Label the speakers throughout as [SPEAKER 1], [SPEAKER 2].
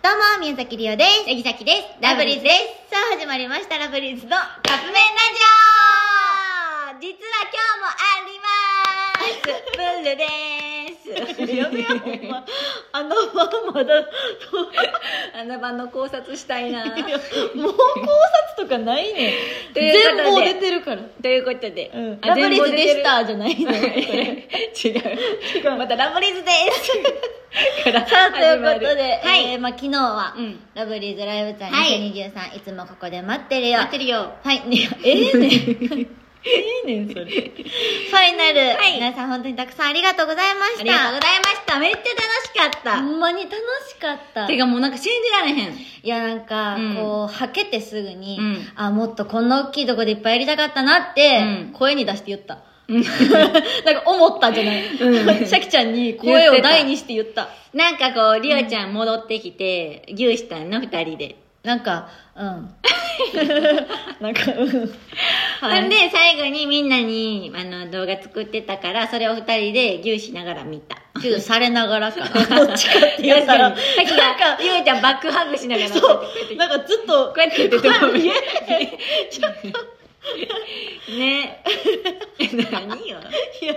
[SPEAKER 1] どうも、宮崎りおです。
[SPEAKER 2] ヤギサキです。。
[SPEAKER 1] ラブリーズですさあ、始まりました、ラブリーズの
[SPEAKER 2] カップ麺
[SPEAKER 1] ジ
[SPEAKER 2] ラ
[SPEAKER 1] オ実は今日もあります。プー ルです。やめよう、 お前あのまんまだ。
[SPEAKER 2] あの場の考察したいな。
[SPEAKER 1] もう考察とかないねん。
[SPEAKER 2] ということ
[SPEAKER 1] 全
[SPEAKER 2] で
[SPEAKER 1] 貌出てるから。
[SPEAKER 2] ということで、
[SPEAKER 1] うん、
[SPEAKER 2] あ
[SPEAKER 1] ラブリーズでし。たじゃないの。
[SPEAKER 2] 全 部出てる違う。またラブリーズです。から
[SPEAKER 1] さあ、ということで、
[SPEAKER 2] はい。
[SPEAKER 1] えーまあ、昨日は、
[SPEAKER 2] うん
[SPEAKER 1] ラブリーズライブツアー
[SPEAKER 2] はい
[SPEAKER 1] 2023、い、つもここで待ってるよ。
[SPEAKER 2] 待ってるよ。
[SPEAKER 1] はい、ね、ええねん。ええねん、それ。ファイナル、
[SPEAKER 2] はい
[SPEAKER 1] 皆さん本当にたくさんありがとうございました。
[SPEAKER 2] ありがとうございました。めっちゃ楽しか
[SPEAKER 1] ほ
[SPEAKER 2] っ
[SPEAKER 1] んまに楽しかった。
[SPEAKER 2] た。て
[SPEAKER 1] い
[SPEAKER 2] かもうなんか信じられへん。
[SPEAKER 1] や、なんか、
[SPEAKER 2] うん
[SPEAKER 1] こう、はけてすぐに、
[SPEAKER 2] うん
[SPEAKER 1] あ、もっとこんな大きいとこでいっぱいやりたかったなって、
[SPEAKER 2] うん
[SPEAKER 1] 声に出して言った。 なんか思ったんじゃない、
[SPEAKER 2] う ん
[SPEAKER 1] シャキちゃんに声を大にして言った。
[SPEAKER 2] なんかこう、リオちゃん戻ってきて、牛したんの二人で。
[SPEAKER 1] なんか、うん。なんか、うん。はい
[SPEAKER 2] ほんで、最後にみんなに、あの、動画作ってたから、それを二人で牛しながら見た。
[SPEAKER 1] ちょっとされながらかな。 どっちかって言ったら。
[SPEAKER 2] さっきが、ゆうちゃんバックハグしながら、
[SPEAKER 1] そ
[SPEAKER 2] こ
[SPEAKER 1] う。なんかずっと
[SPEAKER 2] う、やって言ってて、ごめん。ね 何よ。
[SPEAKER 1] いや、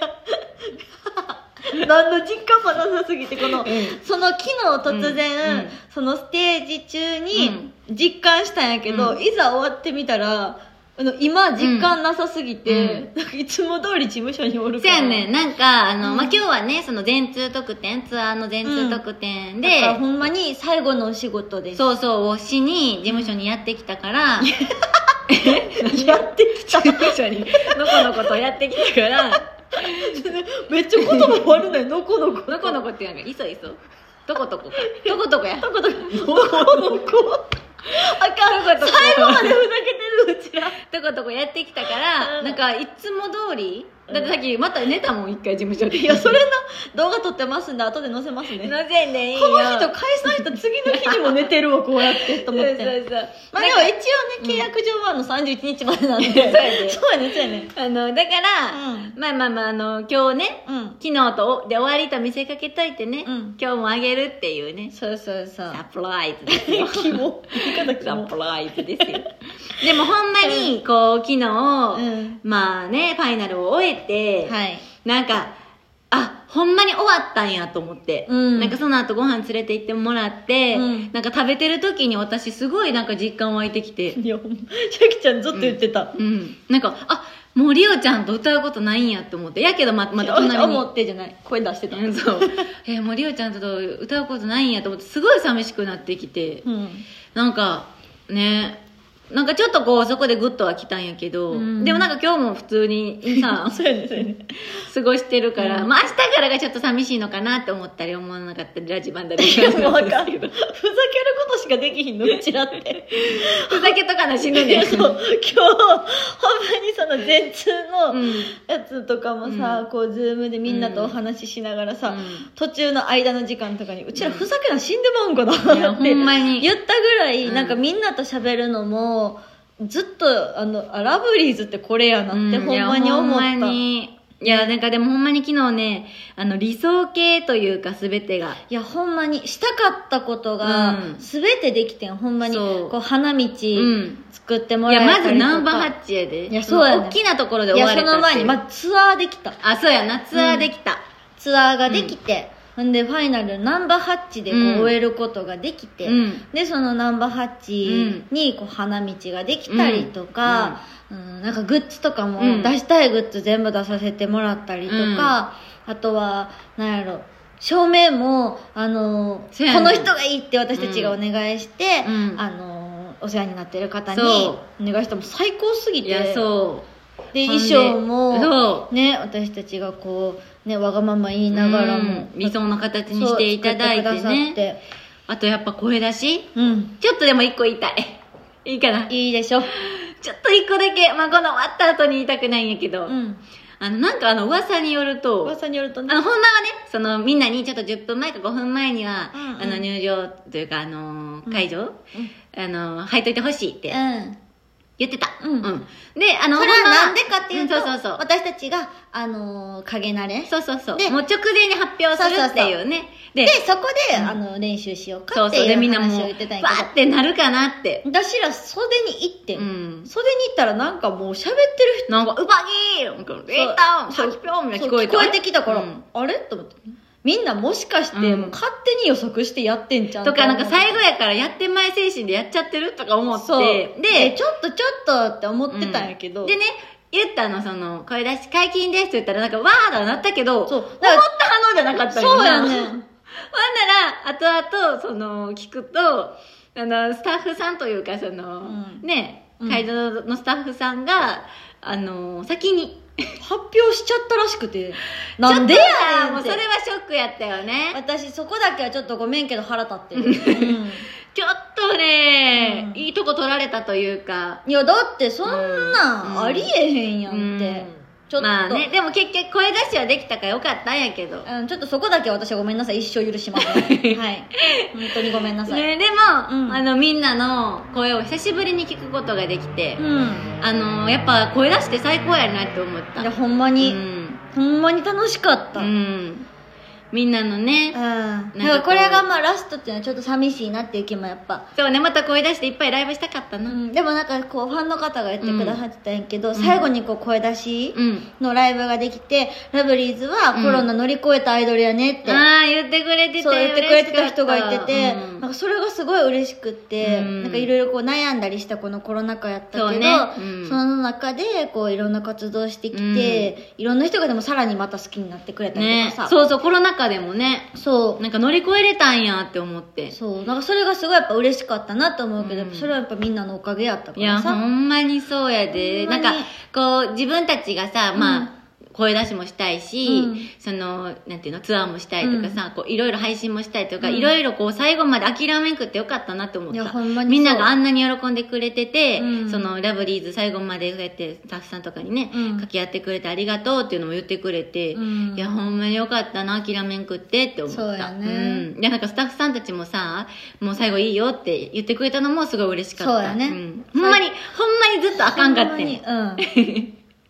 [SPEAKER 1] 何の実感もなさすぎて、この、その昨日突然、
[SPEAKER 2] うんうん
[SPEAKER 1] そのステージ中に実感したんやけど、
[SPEAKER 2] うん
[SPEAKER 1] いざ終わってみたら、あの今実感なさすぎて、なんかいつも通り事務所におる
[SPEAKER 2] そ
[SPEAKER 1] か
[SPEAKER 2] う
[SPEAKER 1] ら。
[SPEAKER 2] やねん。なんか、あの、
[SPEAKER 1] うん
[SPEAKER 2] まあ、今日はね、その全通特典、ツアーの全通特典で、
[SPEAKER 1] だからほんまに最後のお仕事です。
[SPEAKER 2] そうそう、をしに、事務所にやってきたから、
[SPEAKER 1] やってきた。
[SPEAKER 2] 務所に、 のこのことやってきた から、
[SPEAKER 1] めっちゃ言葉悪ない、のこのこ。
[SPEAKER 2] のこのこってなんか、いそいそ。どことこか。どことこや。どこと
[SPEAKER 1] の
[SPEAKER 2] こ。
[SPEAKER 1] このこ。あかん、
[SPEAKER 2] どこどこ
[SPEAKER 1] 最後までふざけてる、うちら。
[SPEAKER 2] とことこやってきたか
[SPEAKER 1] う
[SPEAKER 2] ら、
[SPEAKER 1] ん
[SPEAKER 2] なんかいつも通り、
[SPEAKER 1] うん
[SPEAKER 2] だってさっきまた寝たもん、一回事務所で。
[SPEAKER 1] いや、それの動画撮ってますんで、後で載せますね。
[SPEAKER 2] のせんでいい
[SPEAKER 1] この人解散した次の日にも寝てるわ、こうやって、と
[SPEAKER 2] そう
[SPEAKER 1] 思 って。
[SPEAKER 2] そうそう。
[SPEAKER 1] まあ
[SPEAKER 2] な
[SPEAKER 1] で
[SPEAKER 2] ん
[SPEAKER 1] も
[SPEAKER 2] か
[SPEAKER 1] 一応ね、契約上はあの31日までなんで。
[SPEAKER 2] そうやね
[SPEAKER 1] そうやね、そうやね。
[SPEAKER 2] あの、だから、
[SPEAKER 1] うん
[SPEAKER 2] まあまあまあ、あの、今日ね、
[SPEAKER 1] うん。
[SPEAKER 2] 昨日と、で終わりと見せかけといてね、
[SPEAKER 1] うん
[SPEAKER 2] 今日もあげるっていうね、
[SPEAKER 1] そうそうそ
[SPEAKER 2] サ
[SPEAKER 1] う。
[SPEAKER 2] プライズです よ。
[SPEAKER 1] キモ。言い方キ
[SPEAKER 2] サ
[SPEAKER 1] モ。
[SPEAKER 2] プライズですよ。でもほんまに、こう、昨日、
[SPEAKER 1] ん
[SPEAKER 2] まあね、ファイナルを終えて、
[SPEAKER 1] はい。
[SPEAKER 2] なんか、あ、ほんまに終わったんやと思って。
[SPEAKER 1] うん
[SPEAKER 2] なんかその後ご飯連れて行ってもらって、
[SPEAKER 1] うん
[SPEAKER 2] なんか食べてる時に私すごいなんか実感湧いてきて。
[SPEAKER 1] いや、ほんま、シャキちゃんずっと言ってた。
[SPEAKER 2] うん。なんか、あ、もうリオちゃんと歌うことないんやって思って。やけどま、また
[SPEAKER 1] いや
[SPEAKER 2] 隣 に
[SPEAKER 1] 思。ってじゃない。声出してた。
[SPEAKER 2] うんそう。えもうリオちゃんと歌うことないんやと思って、すごい寂しくなってきて。
[SPEAKER 1] うん。
[SPEAKER 2] なんか、ね、なんかちょっとこう、そこでグッとは来たんやけど、
[SPEAKER 1] うん
[SPEAKER 2] でもなんか今日も普通
[SPEAKER 1] 、
[SPEAKER 2] にさ
[SPEAKER 1] そうやね、そうやね。
[SPEAKER 2] 過ごしてるから、
[SPEAKER 1] うん
[SPEAKER 2] まあ明日からがちょっと寂しいのかなって思ったり思わなかったりラジバ ンだり
[SPEAKER 1] いや、もうわかん
[SPEAKER 2] ふ
[SPEAKER 1] ふざけることしかできひんの、うちらって。
[SPEAKER 2] ざけとかな死ぬ
[SPEAKER 1] いや
[SPEAKER 2] ね
[SPEAKER 1] そう今日ほんまにその全通
[SPEAKER 2] う
[SPEAKER 1] の
[SPEAKER 2] ん
[SPEAKER 1] やつとかもさ、
[SPEAKER 2] うん
[SPEAKER 1] こうズームでみんなとお話ししながらさ、
[SPEAKER 2] うん
[SPEAKER 1] 途中の間の時間とかにうちらふざけな死んでまうんかな、
[SPEAKER 2] いや
[SPEAKER 1] って
[SPEAKER 2] ほんまに
[SPEAKER 1] 言ったぐらい、
[SPEAKER 2] うん
[SPEAKER 1] なんかみんなと喋るのもずっとあのあラブリーズってこれやなって
[SPEAKER 2] うん
[SPEAKER 1] ほんまに思っ
[SPEAKER 2] い
[SPEAKER 1] た、
[SPEAKER 2] やほんまにいやなんかでもほんまに昨日ねあの理想系というか全てが
[SPEAKER 1] いや、ほんまに、したかったことが
[SPEAKER 2] う、ん
[SPEAKER 1] すべてできてん、ほんまに。
[SPEAKER 2] そう
[SPEAKER 1] こう、花道、
[SPEAKER 2] うん
[SPEAKER 1] 作っても
[SPEAKER 2] い
[SPEAKER 1] らえ
[SPEAKER 2] や
[SPEAKER 1] たり
[SPEAKER 2] ま
[SPEAKER 1] とか
[SPEAKER 2] ずナンバーハッチやで
[SPEAKER 1] いやそうやね
[SPEAKER 2] の大きなところで
[SPEAKER 1] い
[SPEAKER 2] 終
[SPEAKER 1] や、
[SPEAKER 2] わ
[SPEAKER 1] そ
[SPEAKER 2] れたっていう
[SPEAKER 1] の前に、まあ、ツアーできた。
[SPEAKER 2] あそうやなツアーできた、
[SPEAKER 1] ツアーができて、ほんでファイナルナンバーハッチでこう
[SPEAKER 2] うん
[SPEAKER 1] 終えることができて、
[SPEAKER 2] うん
[SPEAKER 1] でそのナンバーハッチにこう花道ができたりとか、うんなんかグッズとかも
[SPEAKER 2] うん
[SPEAKER 1] 出したいグッズ全部出させてもらったりとか、
[SPEAKER 2] うん
[SPEAKER 1] あとはなんやろ照明もあの
[SPEAKER 2] そうや
[SPEAKER 1] こ
[SPEAKER 2] ね
[SPEAKER 1] の人がいいって私たちがお願いして、
[SPEAKER 2] うん
[SPEAKER 1] あのお世話になってる方に
[SPEAKER 2] そ
[SPEAKER 1] お願いしても最高すぎ
[SPEAKER 2] い
[SPEAKER 1] て
[SPEAKER 2] やそう
[SPEAKER 1] で
[SPEAKER 2] ほ
[SPEAKER 1] 衣
[SPEAKER 2] ん
[SPEAKER 1] 装も
[SPEAKER 2] そ
[SPEAKER 1] ね、私たちがこう、ね、わがまま言いうながらも、
[SPEAKER 2] うん理想の形にしていただい
[SPEAKER 1] そう
[SPEAKER 2] て
[SPEAKER 1] 作って
[SPEAKER 2] ね
[SPEAKER 1] くださって
[SPEAKER 2] あとやっぱ声出し
[SPEAKER 1] うん
[SPEAKER 2] ちょっとでも一個言いたい。いいかな。
[SPEAKER 1] いいでしょ
[SPEAKER 2] ちょっと一個だけ、まあ、この終わった後に言いたくないんやけど、
[SPEAKER 1] うん
[SPEAKER 2] あの、なんかあの、噂によると、
[SPEAKER 1] 噂によると
[SPEAKER 2] あ
[SPEAKER 1] ね
[SPEAKER 2] の、ほんまはね、その、みんなにちょっと10分前か5分前には、
[SPEAKER 1] うんうん
[SPEAKER 2] あの、入場というか、あのー会場、あのー入っといてほしいって
[SPEAKER 1] うん
[SPEAKER 2] 言ってた。
[SPEAKER 1] うん
[SPEAKER 2] で、あの、
[SPEAKER 1] それ
[SPEAKER 2] ほん
[SPEAKER 1] は
[SPEAKER 2] ま
[SPEAKER 1] なんでかっていうと、
[SPEAKER 2] んそうそうそう。
[SPEAKER 1] 私たちが、あのー影慣れ。
[SPEAKER 2] そうそうそう。
[SPEAKER 1] で
[SPEAKER 2] もう直前に発表するっていうね。
[SPEAKER 1] で、そこで、
[SPEAKER 2] うん
[SPEAKER 1] あの、練習しようか
[SPEAKER 2] そう
[SPEAKER 1] ってい
[SPEAKER 2] そう。で、みん
[SPEAKER 1] う
[SPEAKER 2] なも
[SPEAKER 1] 話
[SPEAKER 2] う、
[SPEAKER 1] を
[SPEAKER 2] わ
[SPEAKER 1] 言ってたんや
[SPEAKER 2] ーっ
[SPEAKER 1] け
[SPEAKER 2] てなるかなって。
[SPEAKER 1] ど。私ら袖に行って、
[SPEAKER 2] うん。
[SPEAKER 1] 袖に行ったらなんかもう喋ってる
[SPEAKER 2] なんか、うばぎーなんか、レータン、
[SPEAKER 1] そ
[SPEAKER 2] ハ
[SPEAKER 1] う
[SPEAKER 2] キぴょんみたい
[SPEAKER 1] 人
[SPEAKER 2] な聞こえて。
[SPEAKER 1] きたから、
[SPEAKER 2] うん
[SPEAKER 1] あれと思って。みんなもしかして、
[SPEAKER 2] うん
[SPEAKER 1] もう勝手に予測してやってんじゃん
[SPEAKER 2] とか、なんか
[SPEAKER 1] 最
[SPEAKER 2] 最後やからやって前精神でやっちゃってるとか思っ
[SPEAKER 1] そう
[SPEAKER 2] て。
[SPEAKER 1] で
[SPEAKER 2] で、
[SPEAKER 1] ちょっとちょっとって思ってたんやけど、
[SPEAKER 2] でね、言ったの、その、声出し解禁ですって言ったら、なんか、わーだなったけど、
[SPEAKER 1] そう
[SPEAKER 2] 思った反応じゃなかったん
[SPEAKER 1] そうや
[SPEAKER 2] な
[SPEAKER 1] ねん
[SPEAKER 2] ほんなら、後々、その、聞くと、あの、スタッフさんというか、そ
[SPEAKER 1] う
[SPEAKER 2] の、
[SPEAKER 1] ん
[SPEAKER 2] ね、
[SPEAKER 1] うん
[SPEAKER 2] 会場のスタッフさんが、あの、先に、
[SPEAKER 1] 発表しちゃったらしく てなんでや
[SPEAKER 2] ちょっと
[SPEAKER 1] ね
[SPEAKER 2] さ
[SPEAKER 1] ん
[SPEAKER 2] も
[SPEAKER 1] っ
[SPEAKER 2] う
[SPEAKER 1] て
[SPEAKER 2] それはショックやったよね。
[SPEAKER 1] 私そこだけはちょっとごめんけど腹立って る、うん
[SPEAKER 2] ちょっとね、
[SPEAKER 1] うん
[SPEAKER 2] いいとこ取られたというか、
[SPEAKER 1] いやだってそん
[SPEAKER 2] う
[SPEAKER 1] なんんありえへんやんって、
[SPEAKER 2] うん
[SPEAKER 1] ちょっと、
[SPEAKER 2] まあね、でも結局声出しはできたからよかったんやけど。
[SPEAKER 1] うん、ちょっとそこだけは私はごめんなさい一生許しま せんはい本当にごめんなさい、
[SPEAKER 2] ね、でも、
[SPEAKER 1] うん
[SPEAKER 2] あのみんなの声を久しぶりに聞くことができて、
[SPEAKER 1] うん
[SPEAKER 2] あのやっぱ声出して最高やなって思った
[SPEAKER 1] いやほんま
[SPEAKER 2] う
[SPEAKER 1] に、
[SPEAKER 2] ん、
[SPEAKER 1] ほんまに楽しかった、
[SPEAKER 2] う
[SPEAKER 1] うん
[SPEAKER 2] ん、みんなのね
[SPEAKER 1] なん
[SPEAKER 2] なんか
[SPEAKER 1] かこれがまあラストっていうのはちょっと寂しいなっていう気もやっぱ、
[SPEAKER 2] そうねまた声出していっぱいライブしたかった
[SPEAKER 1] う
[SPEAKER 2] なうん、
[SPEAKER 1] ん、でもなんかこうファンの方が言ってくださってたんやけど、最後にこう声出しのライブができて、ラブリーズはコロナ乗り越えたアイドルやねって、
[SPEAKER 2] ああ言ってくれてて
[SPEAKER 1] そう言ってくれてた人がいてて、
[SPEAKER 2] 嬉しかったうん
[SPEAKER 1] なんかそれがすごい嬉しくって、
[SPEAKER 2] うん
[SPEAKER 1] なんかいろいろこう悩んだりしたこのコロナ禍やったけど
[SPEAKER 2] そ
[SPEAKER 1] そ,、
[SPEAKER 2] うねうん
[SPEAKER 1] の中でこういろんな活動してきて、いろんな人がでもさらにまた好きになってくれたり
[SPEAKER 2] ね
[SPEAKER 1] とかさ、
[SPEAKER 2] そうそうコロナ禍でもね
[SPEAKER 1] そう
[SPEAKER 2] なんか乗り越えれたんやって思って
[SPEAKER 1] そうなんかそれがすごいやっぱ嬉しかったなと思うけど、
[SPEAKER 2] うん
[SPEAKER 1] それはやっぱみんなのおかげやったか
[SPEAKER 2] いや
[SPEAKER 1] ら
[SPEAKER 2] ほ
[SPEAKER 1] さ
[SPEAKER 2] んまにそうやで
[SPEAKER 1] ほ
[SPEAKER 2] なんん
[SPEAKER 1] ま
[SPEAKER 2] か
[SPEAKER 1] に
[SPEAKER 2] こう自分たちがさ、
[SPEAKER 1] うん
[SPEAKER 2] まあ声出しもしたいし、
[SPEAKER 1] うん
[SPEAKER 2] そのなんていうのツアーもしたいとかさ、こういろいろ配信もしたいとか、
[SPEAKER 1] うん
[SPEAKER 2] いろいろこう最後まで諦めんくってよかったなって思っ
[SPEAKER 1] いや
[SPEAKER 2] た
[SPEAKER 1] ほんまにそう
[SPEAKER 2] みんながあんなに喜んでくれてて、
[SPEAKER 1] うん
[SPEAKER 2] そのラブリーズ最後までそうやってスタッフさんとかにね、
[SPEAKER 1] うん
[SPEAKER 2] 掛け合ってくれてありがとうっていうのも言ってくれて、
[SPEAKER 1] うん
[SPEAKER 2] いやほんまによかったな諦めんくってって思った
[SPEAKER 1] そうやね
[SPEAKER 2] うん、いやなんかスタッフさんたちもさもう最後いいよって言ってくれたのもすごい嬉しかった
[SPEAKER 1] そうやね
[SPEAKER 2] んほんまにほんまにずっとあかんかっ
[SPEAKER 1] ほ
[SPEAKER 2] て
[SPEAKER 1] まに
[SPEAKER 2] ん
[SPEAKER 1] うん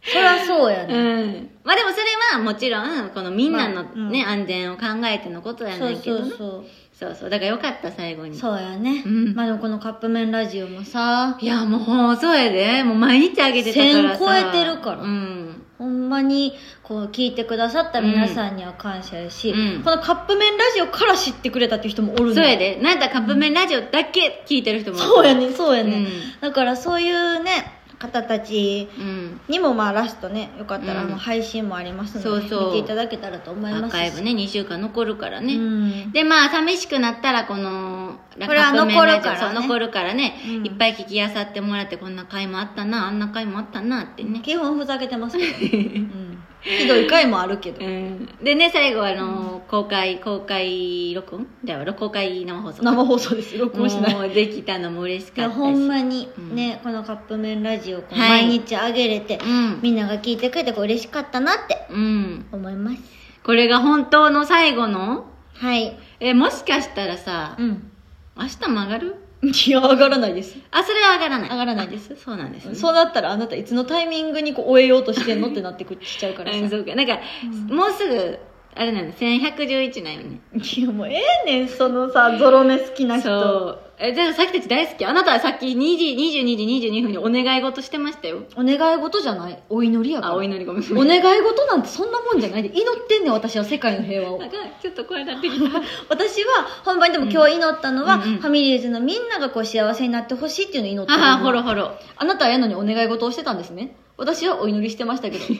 [SPEAKER 1] そりゃそうやね、
[SPEAKER 2] うんまあでもそれはもちろんこのみんなの
[SPEAKER 1] まあうん
[SPEAKER 2] ね、安全を考えてのことや
[SPEAKER 1] そ
[SPEAKER 2] な
[SPEAKER 1] う
[SPEAKER 2] いけ
[SPEAKER 1] そ
[SPEAKER 2] どね
[SPEAKER 1] うそう
[SPEAKER 2] そうそうだからよかった最後に
[SPEAKER 1] そうやね、
[SPEAKER 2] うん
[SPEAKER 1] まあでもこのカップ麺ラジオもさ
[SPEAKER 2] いやもうそうやでもう毎日あげてたからさ
[SPEAKER 1] 1000超えてるから
[SPEAKER 2] うん
[SPEAKER 1] ほんまにこう聞いてくださった皆さんには感謝やし、
[SPEAKER 2] うんうん
[SPEAKER 1] このカップ麺ラジオから知ってくれたっていう人もおるの
[SPEAKER 2] そうやでなんだカップ麺ラジオだけ聞いてる人も
[SPEAKER 1] そうや
[SPEAKER 2] ね
[SPEAKER 1] ねそうやね、
[SPEAKER 2] うん
[SPEAKER 1] だからそういうね方たち
[SPEAKER 2] うん
[SPEAKER 1] にもまあラストねよかったら
[SPEAKER 2] うん
[SPEAKER 1] もう配信もありますので、
[SPEAKER 2] そうそう
[SPEAKER 1] 見ていただけたらと思
[SPEAKER 2] ア
[SPEAKER 1] いま
[SPEAKER 2] ー
[SPEAKER 1] すし
[SPEAKER 2] カイブね2週間残るからね、
[SPEAKER 1] うん
[SPEAKER 2] でまあ寂しくなったらこの
[SPEAKER 1] これは
[SPEAKER 2] カップ麺ラ
[SPEAKER 1] 残
[SPEAKER 2] ジオ
[SPEAKER 1] るからね
[SPEAKER 2] そう残るからね、
[SPEAKER 1] うん
[SPEAKER 2] いっぱい聞きあさってもらってこんな回もあったなあんな回もあったなってね、
[SPEAKER 1] 基本ふざけてますけ ど、うんひどい回もあるけど
[SPEAKER 2] でね最後はあの、公開公開録音だよ公開生放送
[SPEAKER 1] 生放送です録音しない
[SPEAKER 2] もうできたのも嬉し
[SPEAKER 1] い
[SPEAKER 2] かっ
[SPEAKER 1] や
[SPEAKER 2] たし
[SPEAKER 1] ほんまに
[SPEAKER 2] うん
[SPEAKER 1] ね、このカップ麺ラジオこう
[SPEAKER 2] はい
[SPEAKER 1] 毎日あげれて、
[SPEAKER 2] うん、
[SPEAKER 1] みんなが聞いてくれてこう嬉しかったなって
[SPEAKER 2] うん、
[SPEAKER 1] 思います
[SPEAKER 2] これが本当の最後の
[SPEAKER 1] はい
[SPEAKER 2] えもしかしたらさ
[SPEAKER 1] うん
[SPEAKER 2] 明日も上がる
[SPEAKER 1] いや上がらないです
[SPEAKER 2] あそれは上がらない
[SPEAKER 1] 上がらないです
[SPEAKER 2] あそうなんですね
[SPEAKER 1] そうなったらあなたいつのタイミングにこう終えようとしてんのってなってくっちゃうからさ
[SPEAKER 2] うんそうかなんか、もうすぐあれなの1111なんよね
[SPEAKER 1] いやもうええねんそのさゾロ目好きな人
[SPEAKER 2] そうえじゃあさっきたち大好きあなたはさっき2時22時22分にお願い事してましたよ
[SPEAKER 1] お願い事じゃないお祈りやから
[SPEAKER 2] あお祈りごめんなさい
[SPEAKER 1] お願い事なんてそんなもんじゃないで祈ってんねん私は世界の平和を
[SPEAKER 2] なんかちょっと声なってきた
[SPEAKER 1] 私は本番でも今日祈ったのは、
[SPEAKER 2] うんうんうん
[SPEAKER 1] ファミリーズのみんながこう幸せになってほしいっていうのを祈って
[SPEAKER 2] ああほ
[SPEAKER 1] る
[SPEAKER 2] ろ
[SPEAKER 1] の
[SPEAKER 2] ほろ
[SPEAKER 1] あなたはやのにお願い事をしてたんですね私はお祈りしてました けどさ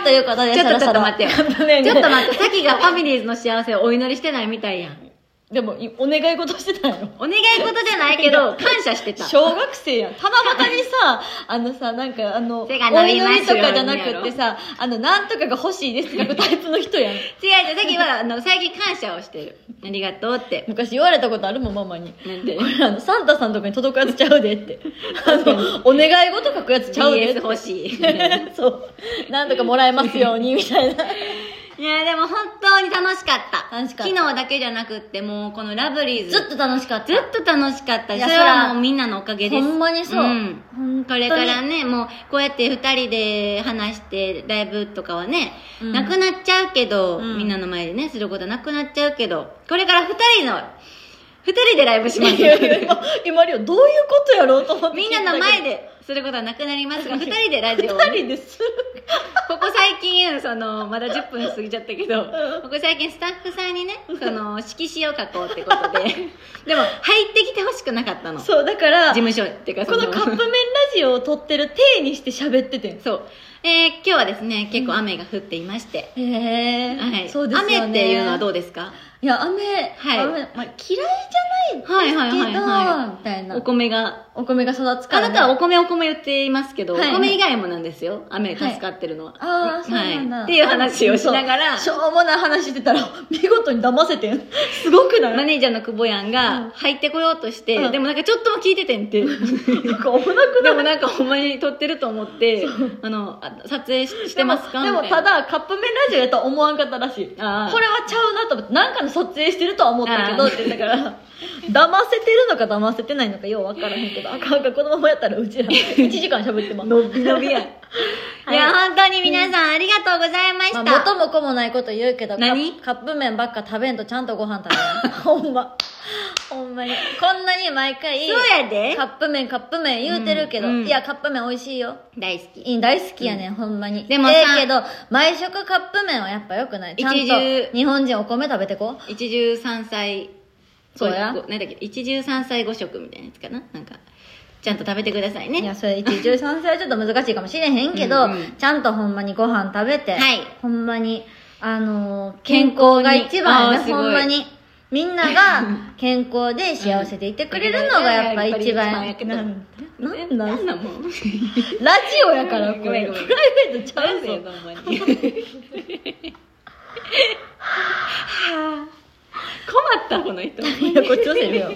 [SPEAKER 1] あということで
[SPEAKER 2] ちょっと
[SPEAKER 1] そろそろ
[SPEAKER 2] ちょっと待ってよ
[SPEAKER 1] カップ麺
[SPEAKER 2] ち
[SPEAKER 1] で
[SPEAKER 2] ょっと待 ってさっきがファミリーズの幸せをお祈りしてないみたいやん
[SPEAKER 1] でもいお願い事して たよ
[SPEAKER 2] お願い事じゃないけ ど感謝してた
[SPEAKER 1] 小学生やん七夕に さあのさなんかあのお
[SPEAKER 2] 手が伸
[SPEAKER 1] 祈
[SPEAKER 2] びますよう
[SPEAKER 1] り
[SPEAKER 2] に
[SPEAKER 1] とかじゃなくってさあのなんとかが欲しいですっていうタイプの人やん
[SPEAKER 2] 違う違うさっきはあの最近感謝をしてるありがとうって
[SPEAKER 1] 昔言われたことあるもんママに
[SPEAKER 2] なんで
[SPEAKER 1] これあのサンタさんとかに届くやつちゃうでってあのお願い事 書くやつちゃうでっ
[SPEAKER 2] BS
[SPEAKER 1] て
[SPEAKER 2] 欲しい
[SPEAKER 1] そうなんとかもらえますようにみたいな
[SPEAKER 2] いいやでも本当に楽しかった
[SPEAKER 1] 楽しかった
[SPEAKER 2] 昨日だけじゃなくってもうこのラブリーズ
[SPEAKER 1] ずっと楽しかった
[SPEAKER 2] ずっと楽しかった
[SPEAKER 1] い
[SPEAKER 2] そ
[SPEAKER 1] や
[SPEAKER 2] れはもうみんなのおかげです
[SPEAKER 1] ほんまにそう、
[SPEAKER 2] うん
[SPEAKER 1] 本当
[SPEAKER 2] こ
[SPEAKER 1] に
[SPEAKER 2] れからねもうこうやって2人で話してライブとかはね、
[SPEAKER 1] うん
[SPEAKER 2] なくなっちゃうけど、
[SPEAKER 1] うん
[SPEAKER 2] みんなの前でねすることはなくなっちゃうけどこれから2人の2人でライブします
[SPEAKER 1] いやいや今今リオどういうことやろうと思って
[SPEAKER 2] みんなの前ですることはなくな りますが2人でラジオをね
[SPEAKER 1] 2人でする
[SPEAKER 2] ここ最近そのまだ10分過ぎちゃったけどここ最近スタッフさんにねその色紙を書こうってこと ででも入ってきてほしくなかったの事
[SPEAKER 1] そうだからこ
[SPEAKER 2] 務所っていうかそ
[SPEAKER 1] のカップ麺ラジオを撮ってる体にして喋っててん
[SPEAKER 2] そう、えー今日はですね結構雨が降っていまして、
[SPEAKER 1] へえ
[SPEAKER 2] はい、
[SPEAKER 1] そうですよね
[SPEAKER 2] 雨っていうのはど
[SPEAKER 1] う
[SPEAKER 2] うですか
[SPEAKER 1] いや雨、
[SPEAKER 2] はい
[SPEAKER 1] 雨まあ、嫌いじゃないですけど、
[SPEAKER 2] はいはいはい
[SPEAKER 1] みたいな
[SPEAKER 2] お米が
[SPEAKER 1] お米が育つか
[SPEAKER 2] あ
[SPEAKER 1] ら、ね、
[SPEAKER 2] なたはお米お米言っていますけど、
[SPEAKER 1] はいはい
[SPEAKER 2] お米以外もなんですよ雨助かってるのは、
[SPEAKER 1] ああそうなんだ、
[SPEAKER 2] はいっていう話をしながら
[SPEAKER 1] そうしょうもない話してたら 見事に騙せてんすごくない
[SPEAKER 2] マネージャーの久保やん
[SPEAKER 1] うん
[SPEAKER 2] が入ってこようとして、
[SPEAKER 1] うん
[SPEAKER 2] でもなんかちょっとも聞いててん って
[SPEAKER 1] なんか危なく
[SPEAKER 2] でもなんかほんまに撮ってると思って、あの、あ撮影ししてますか
[SPEAKER 1] でも
[SPEAKER 2] み
[SPEAKER 1] でも
[SPEAKER 2] いな
[SPEAKER 1] ただカップ麺ラジオやとは思わんかったらしいこ
[SPEAKER 2] あー
[SPEAKER 1] れはちゃうなと思ってなんかの撮影してるとは思ったけど
[SPEAKER 2] あ
[SPEAKER 1] っ
[SPEAKER 2] ー
[SPEAKER 1] てだから騙せてるのか騙せてないのかよう分からへんけどあかんあかんこのままやったらう ちら1時間喋ってます
[SPEAKER 2] 伸び伸びや。い
[SPEAKER 1] はい
[SPEAKER 2] や、本当に皆さんありがとうございまし
[SPEAKER 1] ま
[SPEAKER 2] た。
[SPEAKER 1] あ、元も子もないこと言うけど
[SPEAKER 2] 何
[SPEAKER 1] カップカップ麺ばっか食べんとちゃんとご飯食べ なほんまほんまにこんなに毎回
[SPEAKER 2] そうやで
[SPEAKER 1] カップ麺カップ麺言うてるけど、
[SPEAKER 2] うんうん
[SPEAKER 1] いやカップ麺美味しいよ
[SPEAKER 2] 大好き。
[SPEAKER 1] いい大好きやねん、ほんまに
[SPEAKER 2] でもさ
[SPEAKER 1] ええけど毎食カップ麺はやっぱよくないちゃん
[SPEAKER 2] 一汁
[SPEAKER 1] と日本人お米食べてこ
[SPEAKER 2] 一汁三菜。
[SPEAKER 1] そうや
[SPEAKER 2] ごごなんだっけ、一汁三菜五食みたいなやつかななんか、ちゃんと食べてください
[SPEAKER 1] い
[SPEAKER 2] ね。
[SPEAKER 1] やそれ一汁三菜はちょっと難しいかもしれへんけど
[SPEAKER 2] うんうん
[SPEAKER 1] ちゃんとほんまにご飯食べて、
[SPEAKER 2] はい
[SPEAKER 1] ほんまにあのー健康が一番や
[SPEAKER 2] あー
[SPEAKER 1] ね
[SPEAKER 2] すごい
[SPEAKER 1] ほんまにみんな が健康で幸せでいてくれるのがやっぱ一番
[SPEAKER 2] やっぱり一番
[SPEAKER 1] な
[SPEAKER 2] やえ
[SPEAKER 1] んなん
[SPEAKER 2] なんなんも う。
[SPEAKER 1] ラジオやから こ
[SPEAKER 2] ごめん
[SPEAKER 1] れ
[SPEAKER 2] ご
[SPEAKER 1] プ
[SPEAKER 2] めん
[SPEAKER 1] ライベートちゃうぞ
[SPEAKER 2] ほんまに。困った、この人。
[SPEAKER 1] いやこっちのせいよ